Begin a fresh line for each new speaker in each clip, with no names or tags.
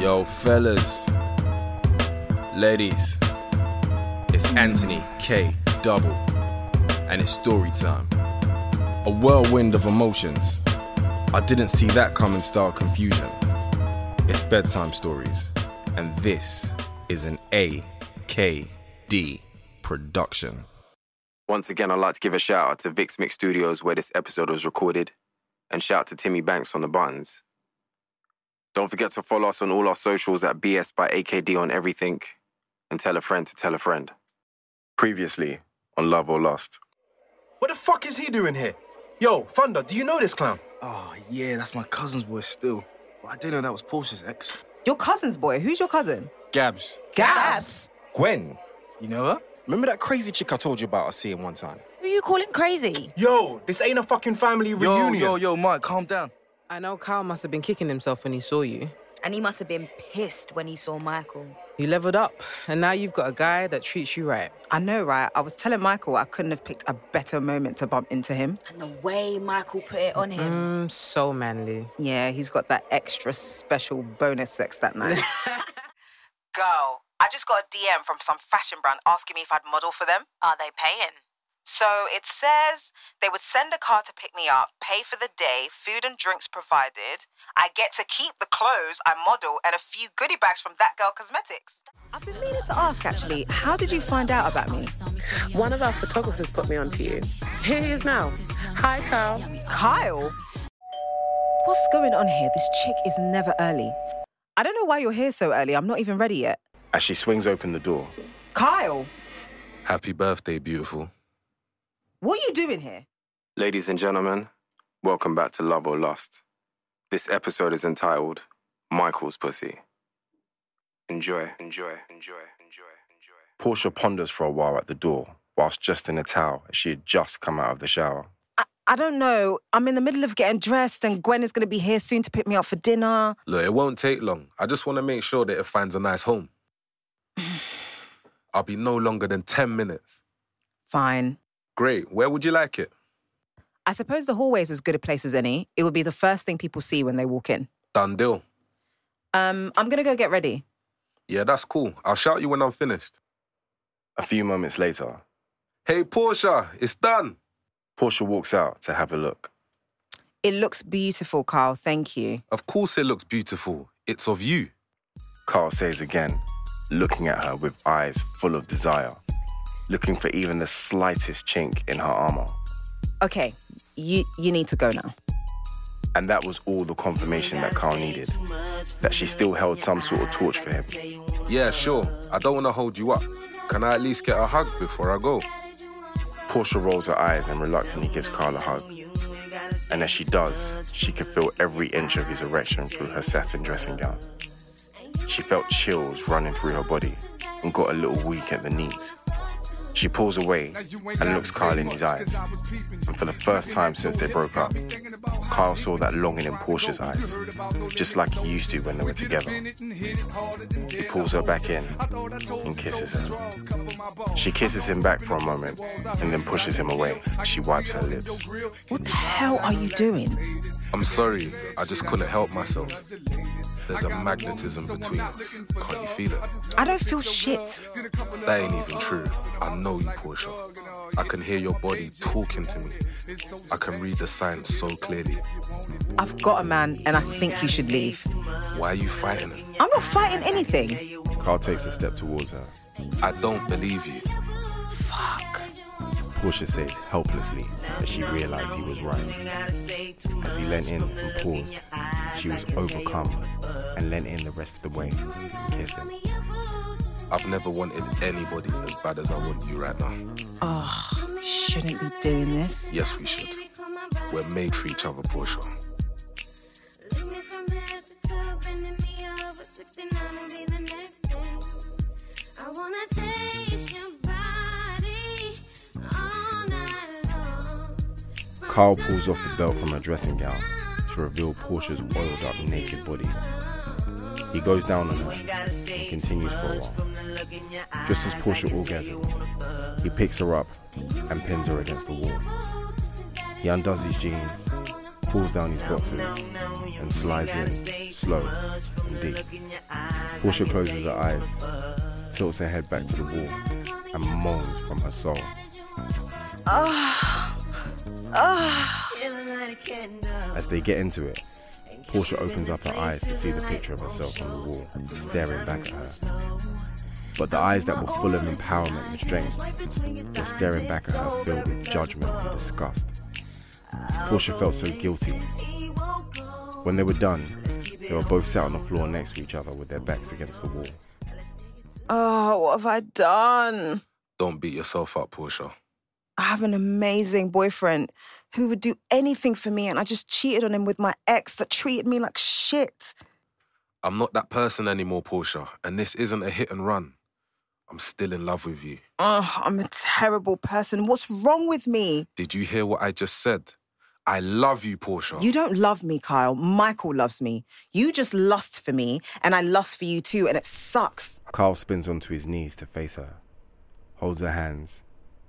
Yo, fellas, ladies, it's Anthony K. Double, and it's story time. A whirlwind of emotions. I didn't see that coming, style confusion. It's bedtime stories, and this is an AKD production.
Once again, I'd like to give a shout out to Vix Mix Studios where this episode was recorded, and shout out to Timmy Banks on the buttons. Don't forget to follow us on all our socials at BS by AKD on everything, and tell a friend to tell a friend. Previously on Love or Lost.
What the fuck is he doing here? Yo, Thunder, do you know this clown?
Oh, yeah, that's my cousin's voice still. But I didn't know that was Portia's ex.
Your cousin's boy. Who's your cousin?
Gabs.
Gabs.
Gwen.
You know her?
Remember that crazy chick I told you about I see him one time?
Who you calling crazy?
Yo, this ain't a fucking family
Yo,
reunion.
yo, yo, Mike, calm down.
I know Kyle must have been kicking himself when he saw you.
And he must have been pissed when he saw Michael.
You leveled up, and now you've got a guy that treats you right.
I know, right? I was telling Michael I couldn't have picked a better moment to bump into him.
And the way Michael put it on him.
Mm, so manly.
Yeah, he's got that extra special bonus sex that night. Girl, I just got a DM from some fashion brand asking me if I'd model for them.
Are they paying?
So it says they would send a car to pick me up, pay for the day, food and drinks provided. I get to keep the clothes I model and a few goodie bags from That Girl Cosmetics. I've been meaning to ask actually, how did you find out about me?
One of our photographers put me onto you. Here he is now. Hi, Carl.
Kyle? What's going on here? This chick is never early. I don't know why you're here so early. I'm not even ready yet.
As she swings open the door,
Kyle,
Happy birthday, beautiful.
what are you doing here?
ladies and gentlemen, welcome back to Love or Lust. This episode is entitled Michael's Pussy. Enjoy, enjoy, enjoy, enjoy, enjoy.
Portia ponders for a while at the door, whilst just in a towel as she had just come out of the shower.
I, I don't know. I'm in the middle of getting dressed and Gwen is going to be here soon to pick me up for dinner.
Look, it won't take long. I just want to make sure that it finds a nice home. I'll be no longer than 10 minutes.
Fine.
Great. Where would you like it?
I suppose the hallway is as good a place as any. It would be the first thing people see when they walk in.
Done deal.
Um, I'm going to go get ready.
Yeah, that's cool. I'll shout you when I'm finished.
A few moments later,
Hey, Portia, it's done.
Portia walks out to have a look.
It looks beautiful, Kyle. Thank you.
Of course it looks beautiful. It's of you.
Carl says again, looking at her with eyes full of desire, looking for even the slightest chink in her armor.
Okay, you, you need to go now.
And that was all the confirmation that Carl needed that she still held some sort of torch for him.
Yeah, sure. I don't want to hold you up. Can I at least get a hug before I go?
Portia rolls her eyes and reluctantly gives Carl a hug. And as she does, she could feel every inch of his erection through her satin dressing gown. She felt chills running through her body and got a little weak at the knees. She pulls away and looks Carl in his eyes. And for the first time since they broke up, Carl saw that longing in Portia's eyes, just like he used to when they were together. He pulls her back in and kisses her. She kisses him back for a moment and then pushes him away. She wipes her lips.
What the hell are you doing?
I'm sorry, I just couldn't help myself. There's a magnetism between us. Can't you feel it?
I don't feel shit.
That ain't even true. I know you, Portia. I can hear your body talking to me. I can read the signs so clearly.
I've got a man and I think you should leave.
Why are you fighting it?
I'm not fighting anything.
Carl takes a step towards her.
I don't believe you.
Portia says helplessly that she realized he was right. As he leant in and paused, she was overcome and leant in the rest of the way and kissed him.
I've never wanted anybody as bad as I want you right now.
Oh, shouldn't be doing this.
Yes, we should. We're made for each other, Portia.
Carl pulls off his belt from her dressing gown to reveal Portia's oiled up naked body. He goes down on her and continues for a while. Just as Portia orgasms, he picks her up and pins her against the wall. He undoes his jeans, pulls down his boxers, and slides in slow and deep. Portia closes her eyes, tilts her head back to the wall, and moans from her soul. As they get into it, Portia opens up her eyes to see the picture of herself on the wall, staring back at her. But the eyes that were full of empowerment and strength were staring back at her filled with judgment and disgust. Portia felt so guilty. When they were done, they were both sat on the floor next to each other with their backs against the wall.
Oh, what have I done?
Don't beat yourself up, Portia.
I have an amazing boyfriend who would do anything for me, and I just cheated on him with my ex that treated me like shit.
I'm not that person anymore, Portia, and this isn't a hit and run. I'm still in love with you.
Ugh, Oh, I'm a terrible person. What's wrong with me?
Did you hear what I just said? I love you, Portia.
You don't love me, Kyle. Michael loves me. You just lust for me, and I lust for you too, and it sucks.
Carl spins onto his knees to face her, holds her hands,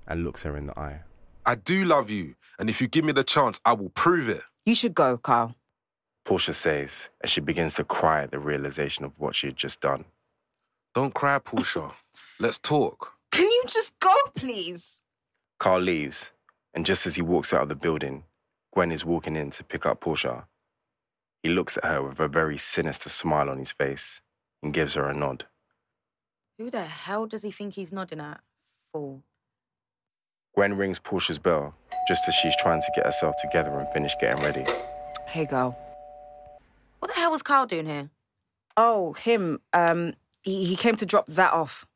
and looks her in the eye.
I do love you, and if you give me the chance, I will prove it.
You should go, Kyle.
Portia says as she begins to cry at the realization of what she had just done.
Don't cry, Portia. Let's talk.
Can you just go, please?
Carl leaves, and just as he walks out of the building, Gwen is walking in to pick up Portia. He looks at her with a very sinister smile on his face and gives her a nod.
Who the hell does he think he's nodding at? Fool.
Gwen rings Portia's bell just as she's trying to get herself together and finish getting ready.
Hey, girl.
What the hell was Carl doing here?
Oh, him. Um, he, he came to drop that off.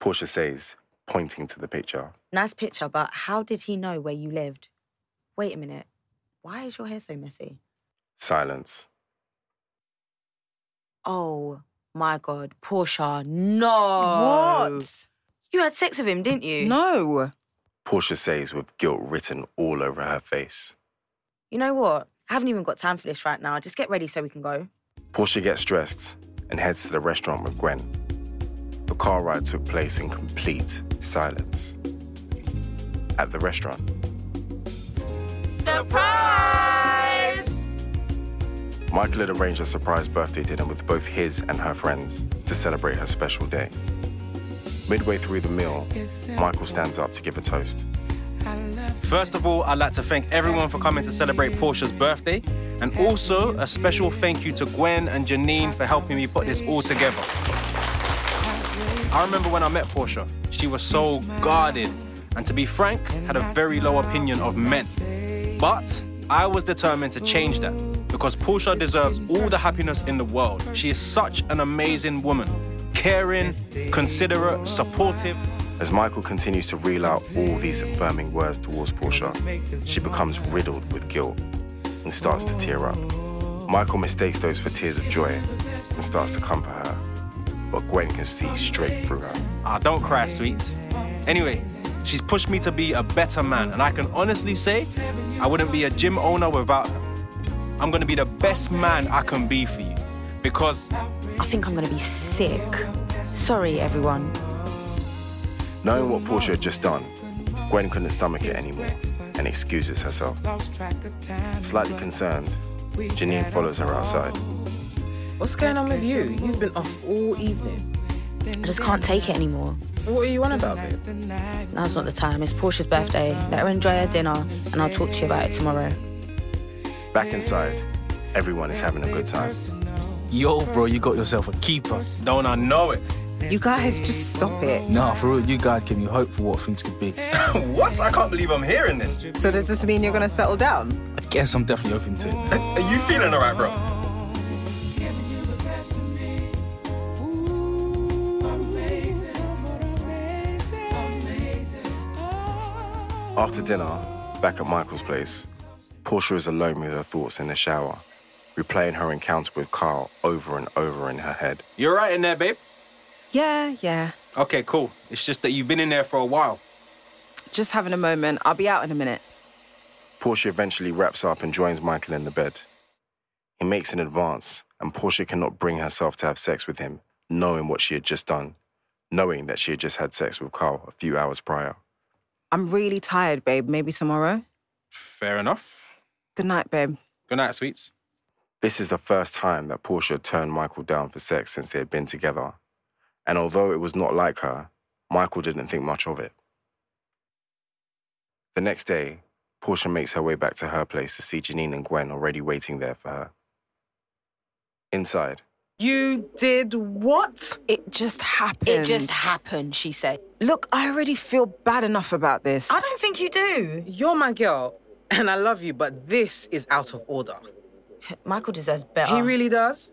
Portia says, pointing to the picture.
Nice picture, but how did he know where you lived? Wait a minute. Why is your hair so messy?
Silence.
Oh my god, Portia,
Oh.
no.
What?
You had sex with him, didn't you?
No.
Portia says with guilt written all over her face.
You know what? I haven't even got time for this right now. Just get ready so we can go.
Portia gets dressed and heads to the restaurant with Gwen. The car ride took place in complete silence. At the restaurant, surprise! Michael had arranged a surprise birthday dinner with both his and her friends to celebrate her special day. Midway through the meal, Michael stands up to give a toast.
First of all, I'd like to thank everyone for coming to celebrate Portia's birthday, and also a special thank you to Gwen and Janine for helping me put this all together. I remember when I met Portia, she was so guarded, and to be frank, had a very low opinion of men. But I was determined to change that because Portia deserves all the happiness in the world. She is such an amazing woman, caring, considerate, supportive.
As Michael continues to reel out all these affirming words towards Portia, she becomes riddled with guilt and starts to tear up. Michael mistakes those for tears of joy and starts to comfort her, but Gwen can see straight through her.
Ah, don't cry, sweets. Anyway, she's pushed me to be a better man, and I can honestly say I wouldn't be a gym owner without her. I'm gonna be the best man I can be for you because
I think I'm gonna be sick. Sorry, everyone.
Knowing what Portia had just done, Gwen couldn't stomach it anymore and excuses herself. Slightly concerned, Janine follows her outside.
What's going on with you? You've been off all evening.
I just can't take it anymore.
What are you on about, babe?
Now's not the time. It's Portia's birthday. Let her enjoy her dinner, and I'll talk to you about it tomorrow.
Back inside, everyone is having a good time.
Yo, bro, you got yourself a keeper.
don't I know it?
You guys, just stop it.
Nah, for real, you guys give me hope for what things could be. I
what? I can't believe I'm hearing this.
So, does this mean you're going to settle down?
guess I'm definitely open to it.
Are you feeling alright, bro?
After dinner, back at Michael's place, Portia is alone with her thoughts in the shower, replaying her encounter with Carl over and over in her head.
You're right in there, babe.
Yeah, yeah.
Okay, cool. It's just that you've been in there for a while.
Just having a moment. I'll be out in a minute.
Portia eventually wraps up and joins Michael in the bed. He makes an advance, and Portia cannot bring herself to have sex with him, knowing what she had just done, knowing that she had just had sex with Carl a few hours prior.
I'm really tired, babe. Maybe tomorrow?
Fair enough.
Good night, babe.
Good night, sweets.
This is the first time that Portia turned Michael down for sex since they had been together. And although it was not like her, Michael didn't think much of it. The next day, Portia makes her way back to her place to see Janine and Gwen already waiting there for her. Inside,
You did what? It just happened.
It just happened, she said.
Look, I already feel bad enough about this.
I don't think you do.
You're my girl, and I love you, but this is out of order.
Michael deserves better.
Ah.
He really does.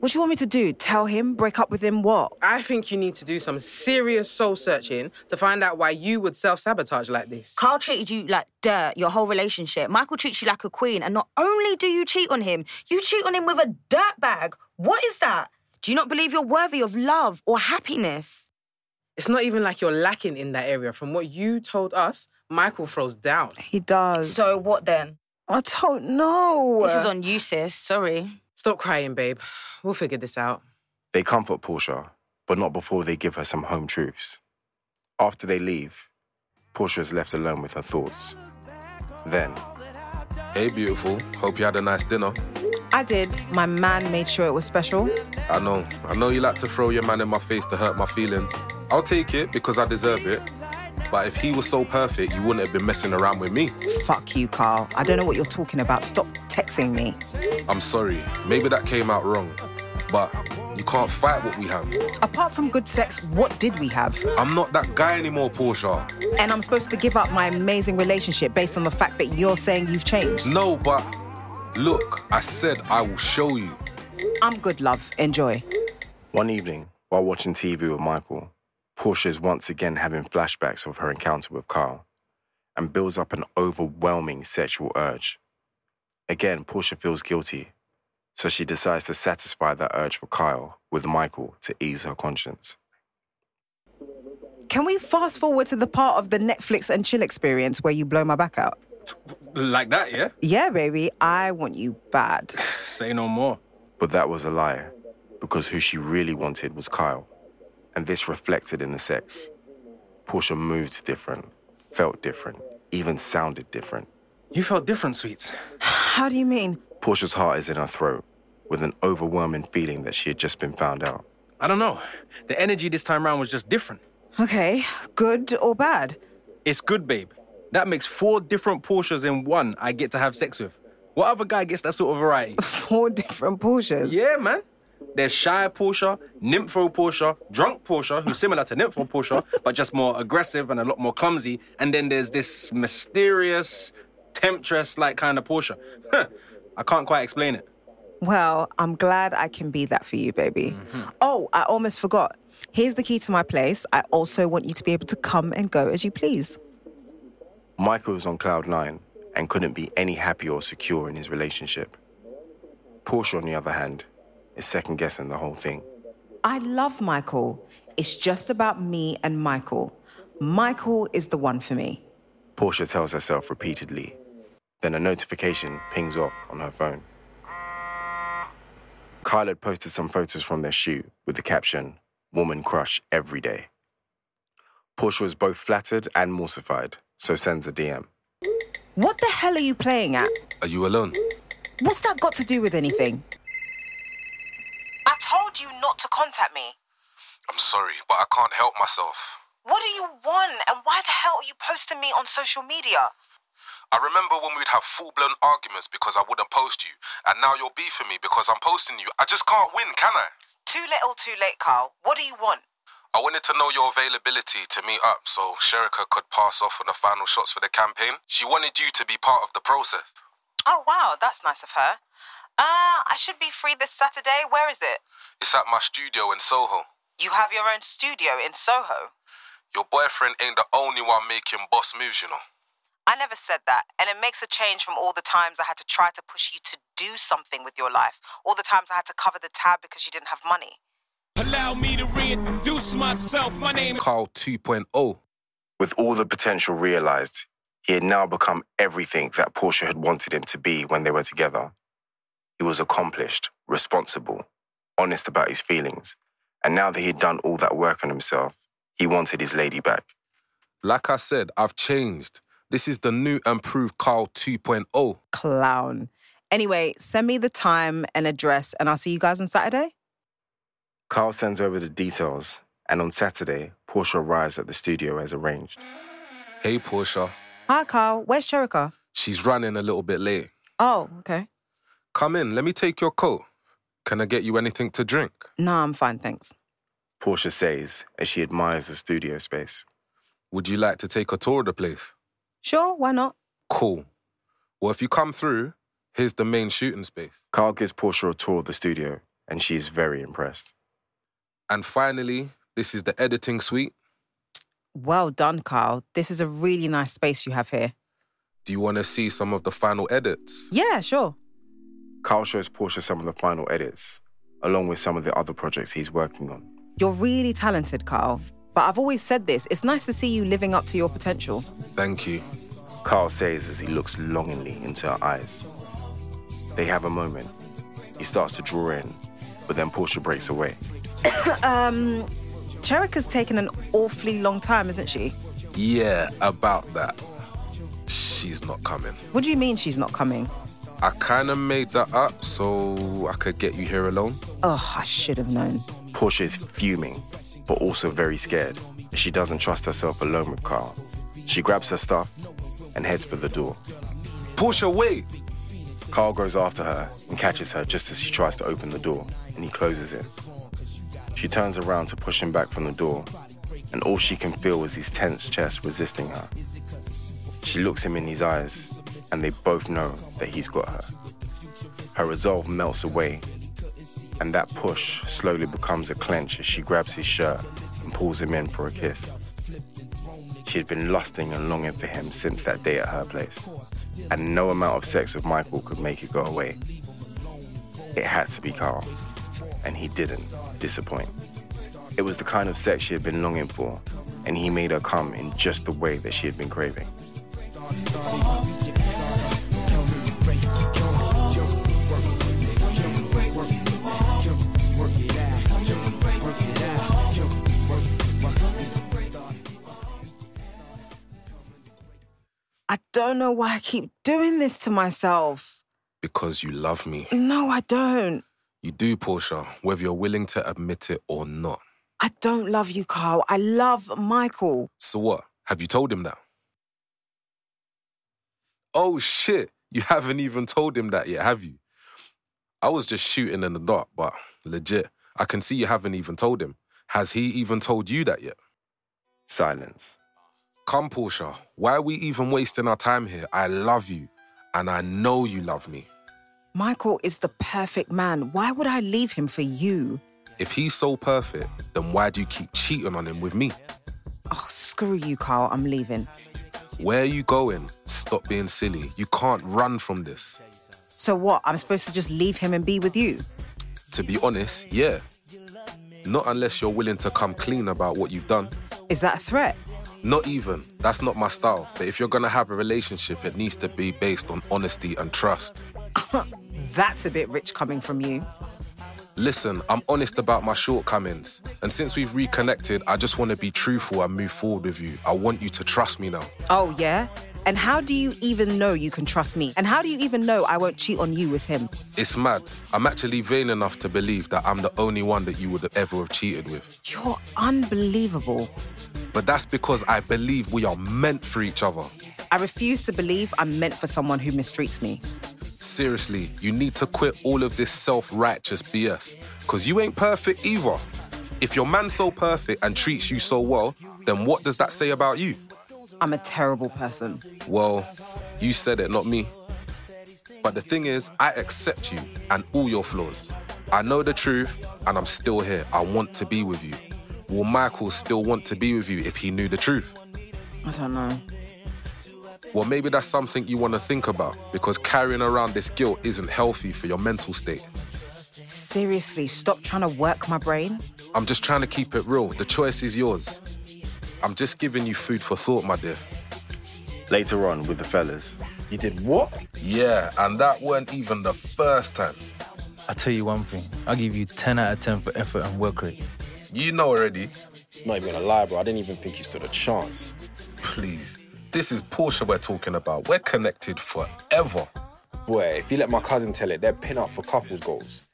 What do you want me to do? Tell him? Break up with him? What?
I think you need to do some serious soul searching to find out why you would self sabotage like this.
Carl treated you like dirt your whole relationship. Michael treats you like a queen, and not only do you cheat on him, you cheat on him with a dirt bag. What is that? Do you not believe you're worthy of love or happiness?
It's not even like you're lacking in that area. From what you told us, Michael throws down.
He does.
So what then?
I don't know.
This is on you, sis. Sorry.
Stop crying, babe. We'll figure this out.
They comfort Portia, but not before they give her some home truths. After they leave, Portia is left alone with her thoughts. Then,
Hey, beautiful. Hope you had a nice dinner.
I did. My man made sure it was special.
I know. I know you like to throw your man in my face to hurt my feelings. I'll take it because I deserve it. But if he was so perfect, you wouldn't have been messing around with me.
Fuck you, Carl. I don't know what you're talking about. Stop texting me.
I'm sorry. Maybe that came out wrong. But you can't fight what we have.
Apart from good sex, what did we have?
I'm not that guy anymore, Portia.
And I'm supposed to give up my amazing relationship based on the fact that you're saying you've changed.
No, but look, I said I will show you.
I'm good, love. Enjoy.
one evening, while watching TV with Michael, Portia is once again having flashbacks of her encounter with Carl and builds up an overwhelming sexual urge. Again, Portia feels guilty, so she decides to satisfy that urge for Kyle with Michael to ease her conscience.
Can we fast forward to the part of the Netflix and chill experience where you blow my back out?
Like that, yeah?
Yeah, baby, I want you bad.
Say no more.
But that was a lie, because who she really wanted was Kyle, and this reflected in the sex. Portia moved different, felt different, even sounded different.
You felt different, sweets.
How do you mean?
Portia's heart is in her throat, with an overwhelming feeling that she had just been found out.
I don't know. The energy this time round was just different.
Okay, good or bad?
It's good, babe. That makes four different Porsches in one I get to have sex with. What other guy gets that sort of variety?
Four different Porsches.
Yeah, man. There's shy Porsche, nympho Porsche, drunk Porsche, who's similar to nympho Porsche, but just more aggressive and a lot more clumsy. And then there's this mysterious, temptress like kind of Porsche. Huh. I can't quite explain it.
Well, I'm glad I can be that for you, baby. Oh, I almost forgot. Here's the key to my place. I also want you to be able to come and go as you please.
Michael was on cloud nine and couldn't be any happier or secure in his relationship. Portia, on the other hand, is second guessing the whole thing.
I love Michael. It's just about me and Michael. Michael is the one for me.
Portia tells herself repeatedly. Then a notification pings off on her phone. Kyle had posted some photos from their shoot with the caption, Woman Crush Every Day. Portia was both flattered and mortified, so sends a DM.
What the hell are you playing at?
Are you alone?
What's that got to do with anything?
I told you not to contact me.
I'm sorry, but I can't help myself.
What do you want and why the hell are you posting me on social media?
I remember when we'd have full blown arguments because I wouldn't post you, and now you're beefing me because I'm posting you. I just can't win, can I?
Too little, too late, Carl. What do you want?
I wanted to know your availability to meet up so Sherika could pass off on the final shots for the campaign. She wanted you to be part of the process.
Oh, wow, that's nice of her. Uh, I should be free this Saturday. Where is it?
It's at my studio in Soho.
You have your own studio in Soho.
Your boyfriend ain't the only one making boss moves, you know.
I never said that, and it makes a change from all the times I had to try to push you to do something with your life, all the times I had to cover the tab because you didn't have money.
Allow me to reintroduce myself. My name
Carl oh. 2.0.
With all the potential realized, he had now become everything that Portia had wanted him to be when they were together. He was accomplished, responsible, honest about his feelings, and now that he had done all that work on himself, he wanted his lady back.
Like I oh. said, I've changed. This is the new and improved Carl 2.0.
Clown. Anyway, send me the time and address, and I'll see you guys on Saturday.
Carl sends over the details, and on Saturday, Portia arrives at the studio as arranged.
Hey, Portia.
Hi, Carl. Where's Cherica?
She's running a little bit late.
Oh, okay.
Come in, let me take your coat. Can I get you anything to drink?
No, I'm fine, thanks.
Portia says as she admires the studio space.
Would you like to take a tour of the place?
Sure, why not?
Cool. Well, if you come through, here's the main shooting space.
Carl gives Portia a tour of the studio, and she is very impressed.
And finally, this is the editing suite.
Well done, Carl. This is a really nice space you have here.
Do you want to see some of the final edits?
Yeah, sure.
Carl shows Portia some of the final edits, along with some of the other projects he's working on.
You're really talented, Carl. But I've always said this it's nice to see you living up to your potential.
Thank you.
Carl says as he looks longingly into her eyes. They have a moment. He starts to draw in, but then Portia breaks away.
um, Cherica's taken an awfully long time, isn't she?
Yeah, about that. She's not coming.
What do you mean she's not coming?
I kind of made that up so I could get you here alone.
Oh, I should have known.
Portia is fuming, but also very scared. She doesn't trust herself alone with Carl. She grabs her stuff and heads for the door.
Portia, wait!
Carl goes after her and catches her just as she tries to open the door, and he closes it. She turns around to push him back from the door, and all she can feel is his tense chest resisting her. She looks him in his eyes, and they both know that he's got her. Her resolve melts away, and that push slowly becomes a clench as she grabs his shirt and pulls him in for a kiss. She had been lusting and longing for him since that day at her place, and no amount of sex with Michael could make it go away. It had to be Carl, and he didn't disappoint. It was the kind of sex she had been longing for, and he made her come in just the way that she had been craving.
I don't know why I keep doing this to myself.
Because you love me.
No, I don't.
You do, Portia, whether you're willing to admit it or not.
I don't love you, Carl. I love Michael.
So what? Have you told him that? Oh shit, you haven't even told him that yet, have you? I was just shooting in the dark, but legit, I can see you haven't even told him. Has he even told you that yet?
Silence.
Come, Portia, why are we even wasting our time here? I love you, and I know you love me.
Michael is the perfect man. Why would I leave him for you?
If he's so perfect, then why do you keep cheating on him with me?
Oh, screw you, Carl. I'm leaving.
Where are you going? Stop being silly. You can't run from this.
So what? I'm supposed to just leave him and be with you?
To be honest, yeah. Not unless you're willing to come clean about what you've done.
Is that a threat?
Not even. That's not my style. But if you're gonna have a relationship, it needs to be based on honesty and trust.
That's a bit rich coming from you.
Listen, I'm honest about my shortcomings. And since we've reconnected, I just wanna be truthful and move forward with you. I want you to trust me now.
Oh, yeah? And how do you even know you can trust me? And how do you even know I won't cheat on you with him?
It's mad. I'm actually vain enough to believe that I'm the only one that you would ever have cheated with.
You're unbelievable.
But that's because I believe we are meant for each other.
I refuse to believe I'm meant for someone who mistreats me.
Seriously, you need to quit all of this self righteous BS, because you ain't perfect either. If your man's so perfect and treats you so well, then what does that say about you?
I'm a terrible person.
Well, you said it, not me. But the thing is, I accept you and all your flaws. I know the truth, and I'm still here. I want to be with you. Will Michael still want to be with you if he knew the truth?
I don't know.
Well, maybe that's something you want to think about because carrying around this guilt isn't healthy for your mental state.
Seriously, stop trying to work my brain.
I'm just trying to keep it real. The choice is yours. I'm just giving you food for thought, my dear.
Later on with the fellas. You did what?
Yeah, and that weren't even the first time.
I tell you one thing, I'll give you 10 out of 10 for effort and work rate.
You know already.
I'm not even gonna lie, bro. I didn't even think you stood a chance.
Please, this is Porsche we're talking about. We're connected forever.
Boy, if you let my cousin tell it, they're pin up for couples goals.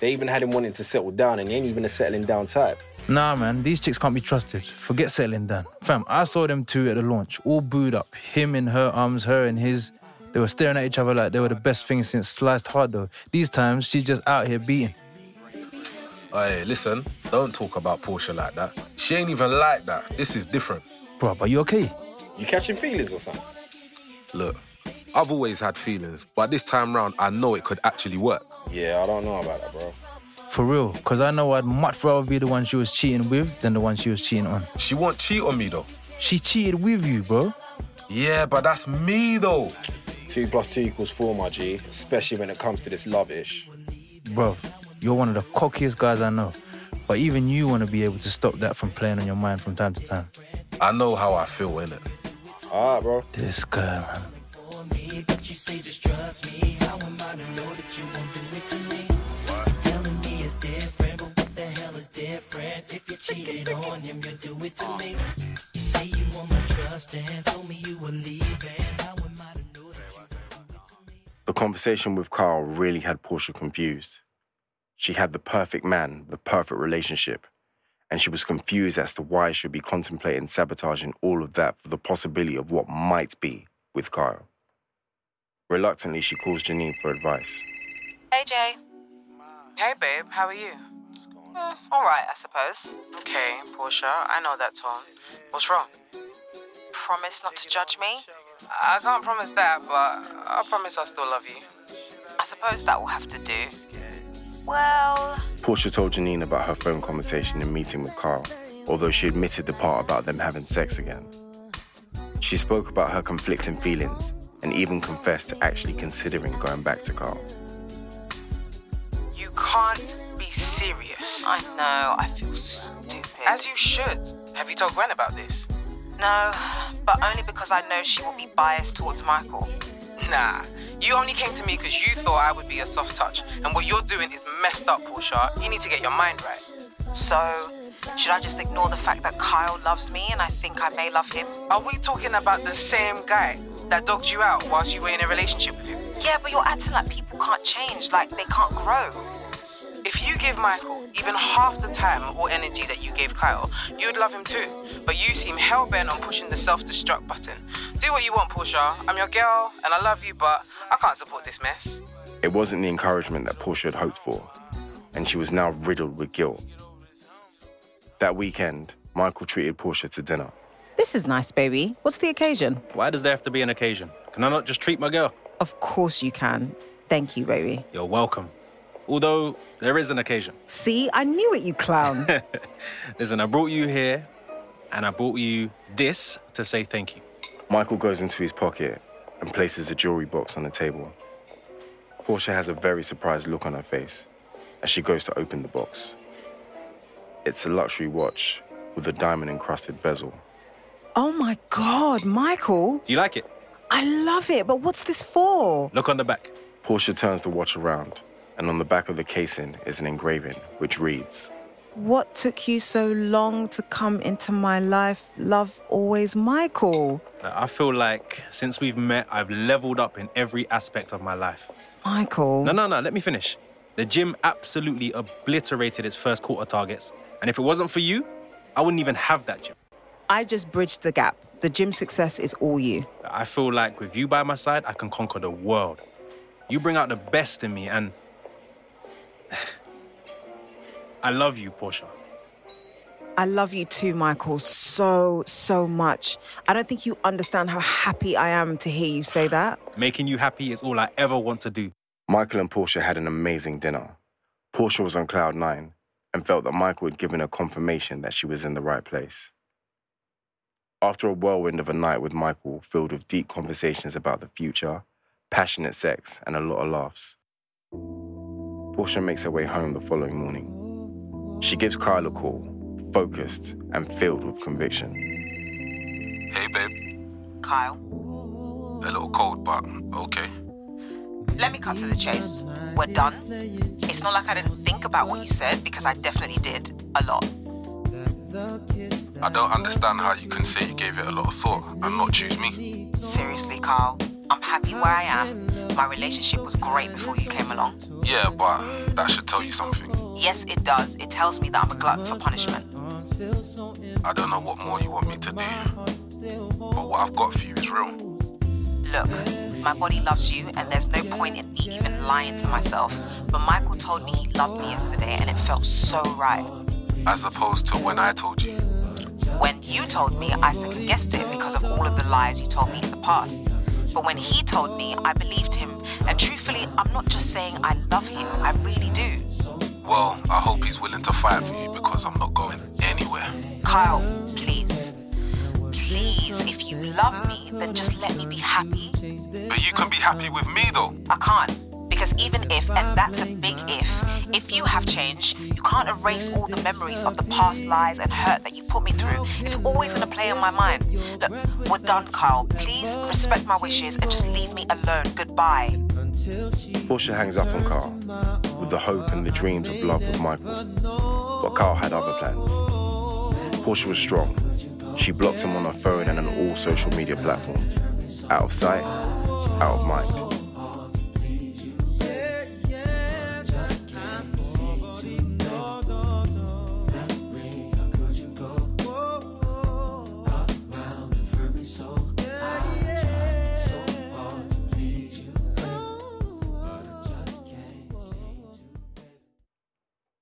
They even had him wanting to settle down, and he ain't even a settling down type.
Nah, man, these chicks can't be trusted. Forget settling down. Fam, I saw them two at the launch, all booed up. Him in her arms, her in his. They were staring at each other like they were the best thing since sliced hard, though. These times, she's just out here beating.
Hey, listen, don't talk about Portia like that. She ain't even like that. This is different.
Bruv, are you okay?
You catching feelings or something?
Look, I've always had feelings, but this time round, I know it could actually work.
Yeah, I don't know about that, bro.
For real, because I know I'd much rather be the one she was cheating with than the one she was cheating on.
She won't cheat on me, though.
She cheated with you, bro.
Yeah, but that's me, though.
Two plus two equals four, my G. Especially when it comes to this love ish.
Bruv, you're one of the cockiest guys I know. But even you want to be able to stop that from playing on your mind from time to time.
I know how I feel, innit?
Alright, bro.
This girl, man.
But you say just trust me. How am I to know that you won't do it to me? Telling me it's different, but what the hell is different? If you cheated on him, you do it to me. You say you want my trust and told me you were leaving. How am I to know that you
The conversation with Carl really had Portia confused. She had the perfect man, the perfect relationship, and she was confused as to why she would be contemplating sabotaging all of that for the possibility of what might be with Kyle. Reluctantly, she calls Janine for advice.
Hey, Jay. Hey, babe. How are you? Mm, all right, I suppose. Okay, Portia. I know that tone. What's wrong? Promise not to judge me.
I can't promise that, but I promise I still love you.
I suppose that will have to do. Well,
Portia told Janine about her phone conversation and meeting with Carl, although she admitted the part about them having sex again. She spoke about her conflicting feelings and even confessed to actually considering going back to Carl.
You can't be serious.
I know. I feel stupid.
As you should. Have you told Gwen about this?
No, but only because I know she will be biased towards Michael.
Nah, you only came to me because you thought I would be a soft touch, and what you're doing is messed up, Portia. You need to get your mind right.
So, should I just ignore the fact that Kyle loves me and I think I may love him?
Are we talking about the same guy that dogged you out whilst you were in a relationship with him?
Yeah, but you're acting like people can't change, like they can't grow.
If you give Michael even half the time or energy that you gave Kyle, you'd love him too. But you seem hell bent on pushing the self destruct button. Do what you want, Portia. I'm your girl and I love you, but I can't support this mess.
It wasn't the encouragement that Portia had hoped for, and she was now riddled with guilt. That weekend, Michael treated Portia to dinner.
This is nice, baby. What's the occasion?
Why does there have to be an occasion? Can I not just treat my girl?
Of course you can. Thank you, baby.
You're welcome. Although there is an occasion.
See, I knew it, you clown.
Listen, I brought you here and I brought you this to say thank you.
Michael goes into his pocket and places a jewelry box on the table. Portia has a very surprised look on her face as she goes to open the box. It's a luxury watch with a diamond encrusted bezel.
Oh my God, Michael.
Do you like it?
I love it, but what's this for?
Look on the back.
Portia turns the watch around, and on the back of the casing is an engraving which reads
What took you so long to come into my life? Love always, Michael.
I feel like since we've met, I've leveled up in every aspect of my life.
Michael.
No, no, no, let me finish. The gym absolutely obliterated its first quarter targets. And if it wasn't for you, I wouldn't even have that gym.
I just bridged the gap. The gym success is all you.
I feel like with you by my side, I can conquer the world. You bring out the best in me, and I love you, Portia.
I love you too, Michael, so, so much. I don't think you understand how happy I am to hear you say that.
Making you happy is all I ever want to do.
Michael and Portia had an amazing dinner. Portia was on cloud nine and felt that Michael had given her confirmation that she was in the right place. After a whirlwind of a night with Michael, filled with deep conversations about the future, passionate sex, and a lot of laughs, Portia makes her way home the following morning. She gives Kyle a call, focused and filled with conviction.
Hey, babe.
Kyle,
A little cold, but okay.
let me cut to the chase. We're done. It's not like I didn't think about what you said because I definitely did a lot.
I don't understand how you can say you gave it a lot of thought and not choose me.
Seriously, Carl, I'm happy where I am, my relationship was great before you came along.
Yeah, but that should tell you something.
Yes, it does. It tells me that I'm a glutton for punishment.
I don't know what more you want me to do, but what I've got for you is real.
Look, my body loves you, and there's no point in me even lying to myself. But Michael told me he loved me yesterday, and it felt so right.
As opposed to when I told you.
When you told me, I second guessed it because of all of the lies you told me in the past. But when he told me, I believed him. And truthfully, I'm not just saying I love him, I really do.
Well, I hope he's willing to fight for you because I'm not going anywhere.
Kyle, please. Please, if you love me, then just let me be happy.
But you can be happy with me though.
I can't. Because even if, and that's a big if, if you have changed, you can't erase all the memories of the past lies and hurt that you put me through. It's always going to play in my mind. Look, we're done, Kyle. Please respect my wishes and just leave me alone. Goodbye.
Portia hangs up on Carl with the hope and the dreams of love with Michael. But Carl had other plans. Portia was strong. She blocked him on her phone and on all social media platforms. Out of sight, out of mind.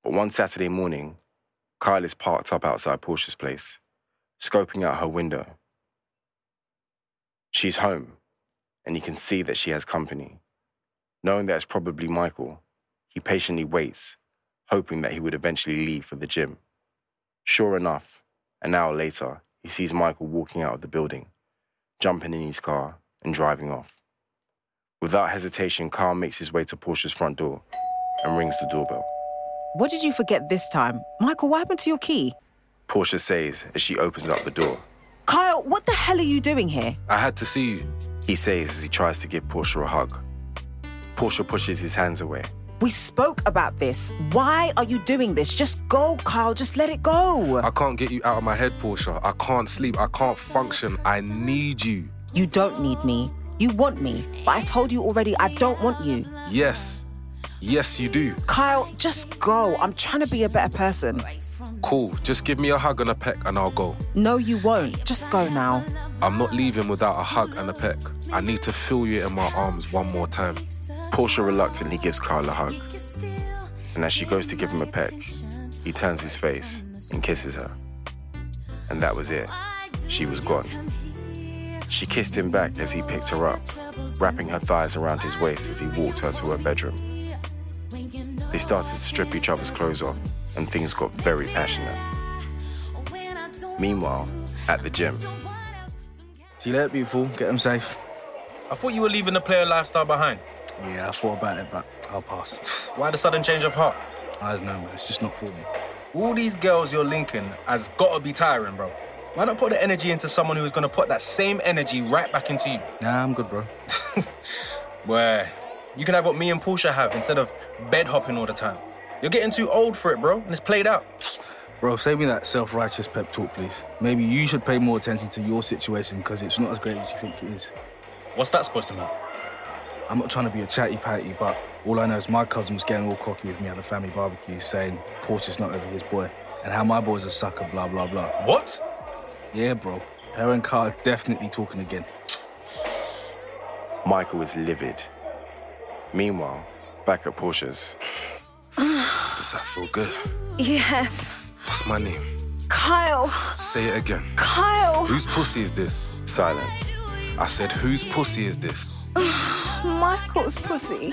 But one Saturday morning, Kyle is parked up outside Portia's place, scoping out her window. She's home, and he can see that she has company. Knowing that it's probably Michael, he patiently waits, hoping that he would eventually leave for the gym. Sure enough, an hour later, he sees Michael walking out of the building, jumping in his car, and driving off. Without hesitation, Kyle makes his way to Portia's front door and rings the doorbell.
What did you forget this time? Michael, what happened to your key?
Portia says as she opens up the door.
Kyle, what the hell are you doing here?
I had to see you, he says as he tries to give Portia a hug. Portia pushes his hands away.
We spoke about this. Why are you doing this? Just go, Kyle. Just let it go.
I can't get you out of my head, Portia. I can't sleep. I can't function. I need you.
You don't need me. You want me. But I told you already I don't want you.
Yes. Yes, you do.
Kyle, just go. I'm trying to be a better person.
Cool. Just give me a hug and a peck and I'll go.
No, you won't. Just go now.
I'm not leaving without a hug and a peck. I need to feel you in my arms one more time.
Portia reluctantly gives Kyle a hug. And as she goes to give him a peck, he turns his face and kisses her. And that was it. She was gone. She kissed him back as he picked her up, wrapping her thighs around his waist as he walked her to her bedroom. They started to strip each other's clothes off, and things got very passionate. Meanwhile, at the gym,
See that, beautiful? Get him safe.
I thought you were leaving the player lifestyle behind.
Yeah, I thought about it, but I'll pass.
Why the sudden change of heart?
I don't know, man. It's just not for me.
All these girls you're linking has got to be tiring, bro. Why not put the energy into someone who is going to put that same energy right back into you?
Nah, I'm good, bro.
Where? You can have what me and Portia have instead of bed hopping all the time. You're getting too old for it, bro, and it's played out.
Bro, save me that self righteous pep talk, please. Maybe you should pay more attention to your situation because it's not as great as you think it is.
What's that supposed to mean?
I'm not trying to be a chatty patty, but all I know is my cousin was getting all cocky with me at the family barbecue saying Portia's not over his boy and how my boy's a sucker, blah, blah, blah.
What?
Yeah, bro. Her and Carl are definitely talking again.
Michael is livid. Meanwhile, back at Portia's.
Does that feel good?
Yes.
What's my name?
Kyle.
Say it again.
Kyle.
Whose pussy is this?
Silence.
I said, whose pussy is this?
Michael's pussy.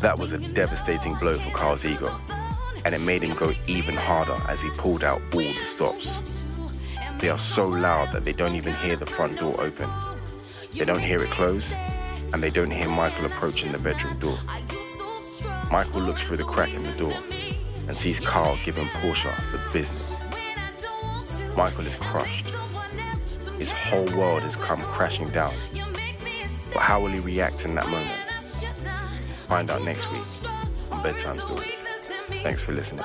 That was a devastating blow for Carl's ego, and it made him go even harder as he pulled out all the stops. They are so loud that they don't even hear the front door open. They don't hear it close, and they don't hear Michael approaching the bedroom door. Michael looks through the crack in the door and sees Carl giving Portia the business. Michael is crushed. His whole world has come crashing down. But how will he react in that moment? Find out next week on Bedtime Stories. Thanks for listening.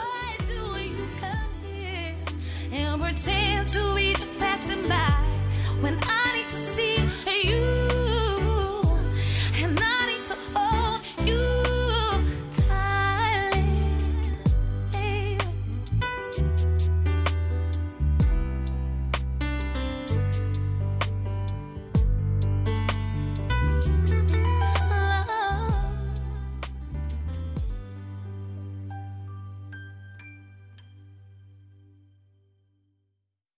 and pretend to be just passing by when I need to see you.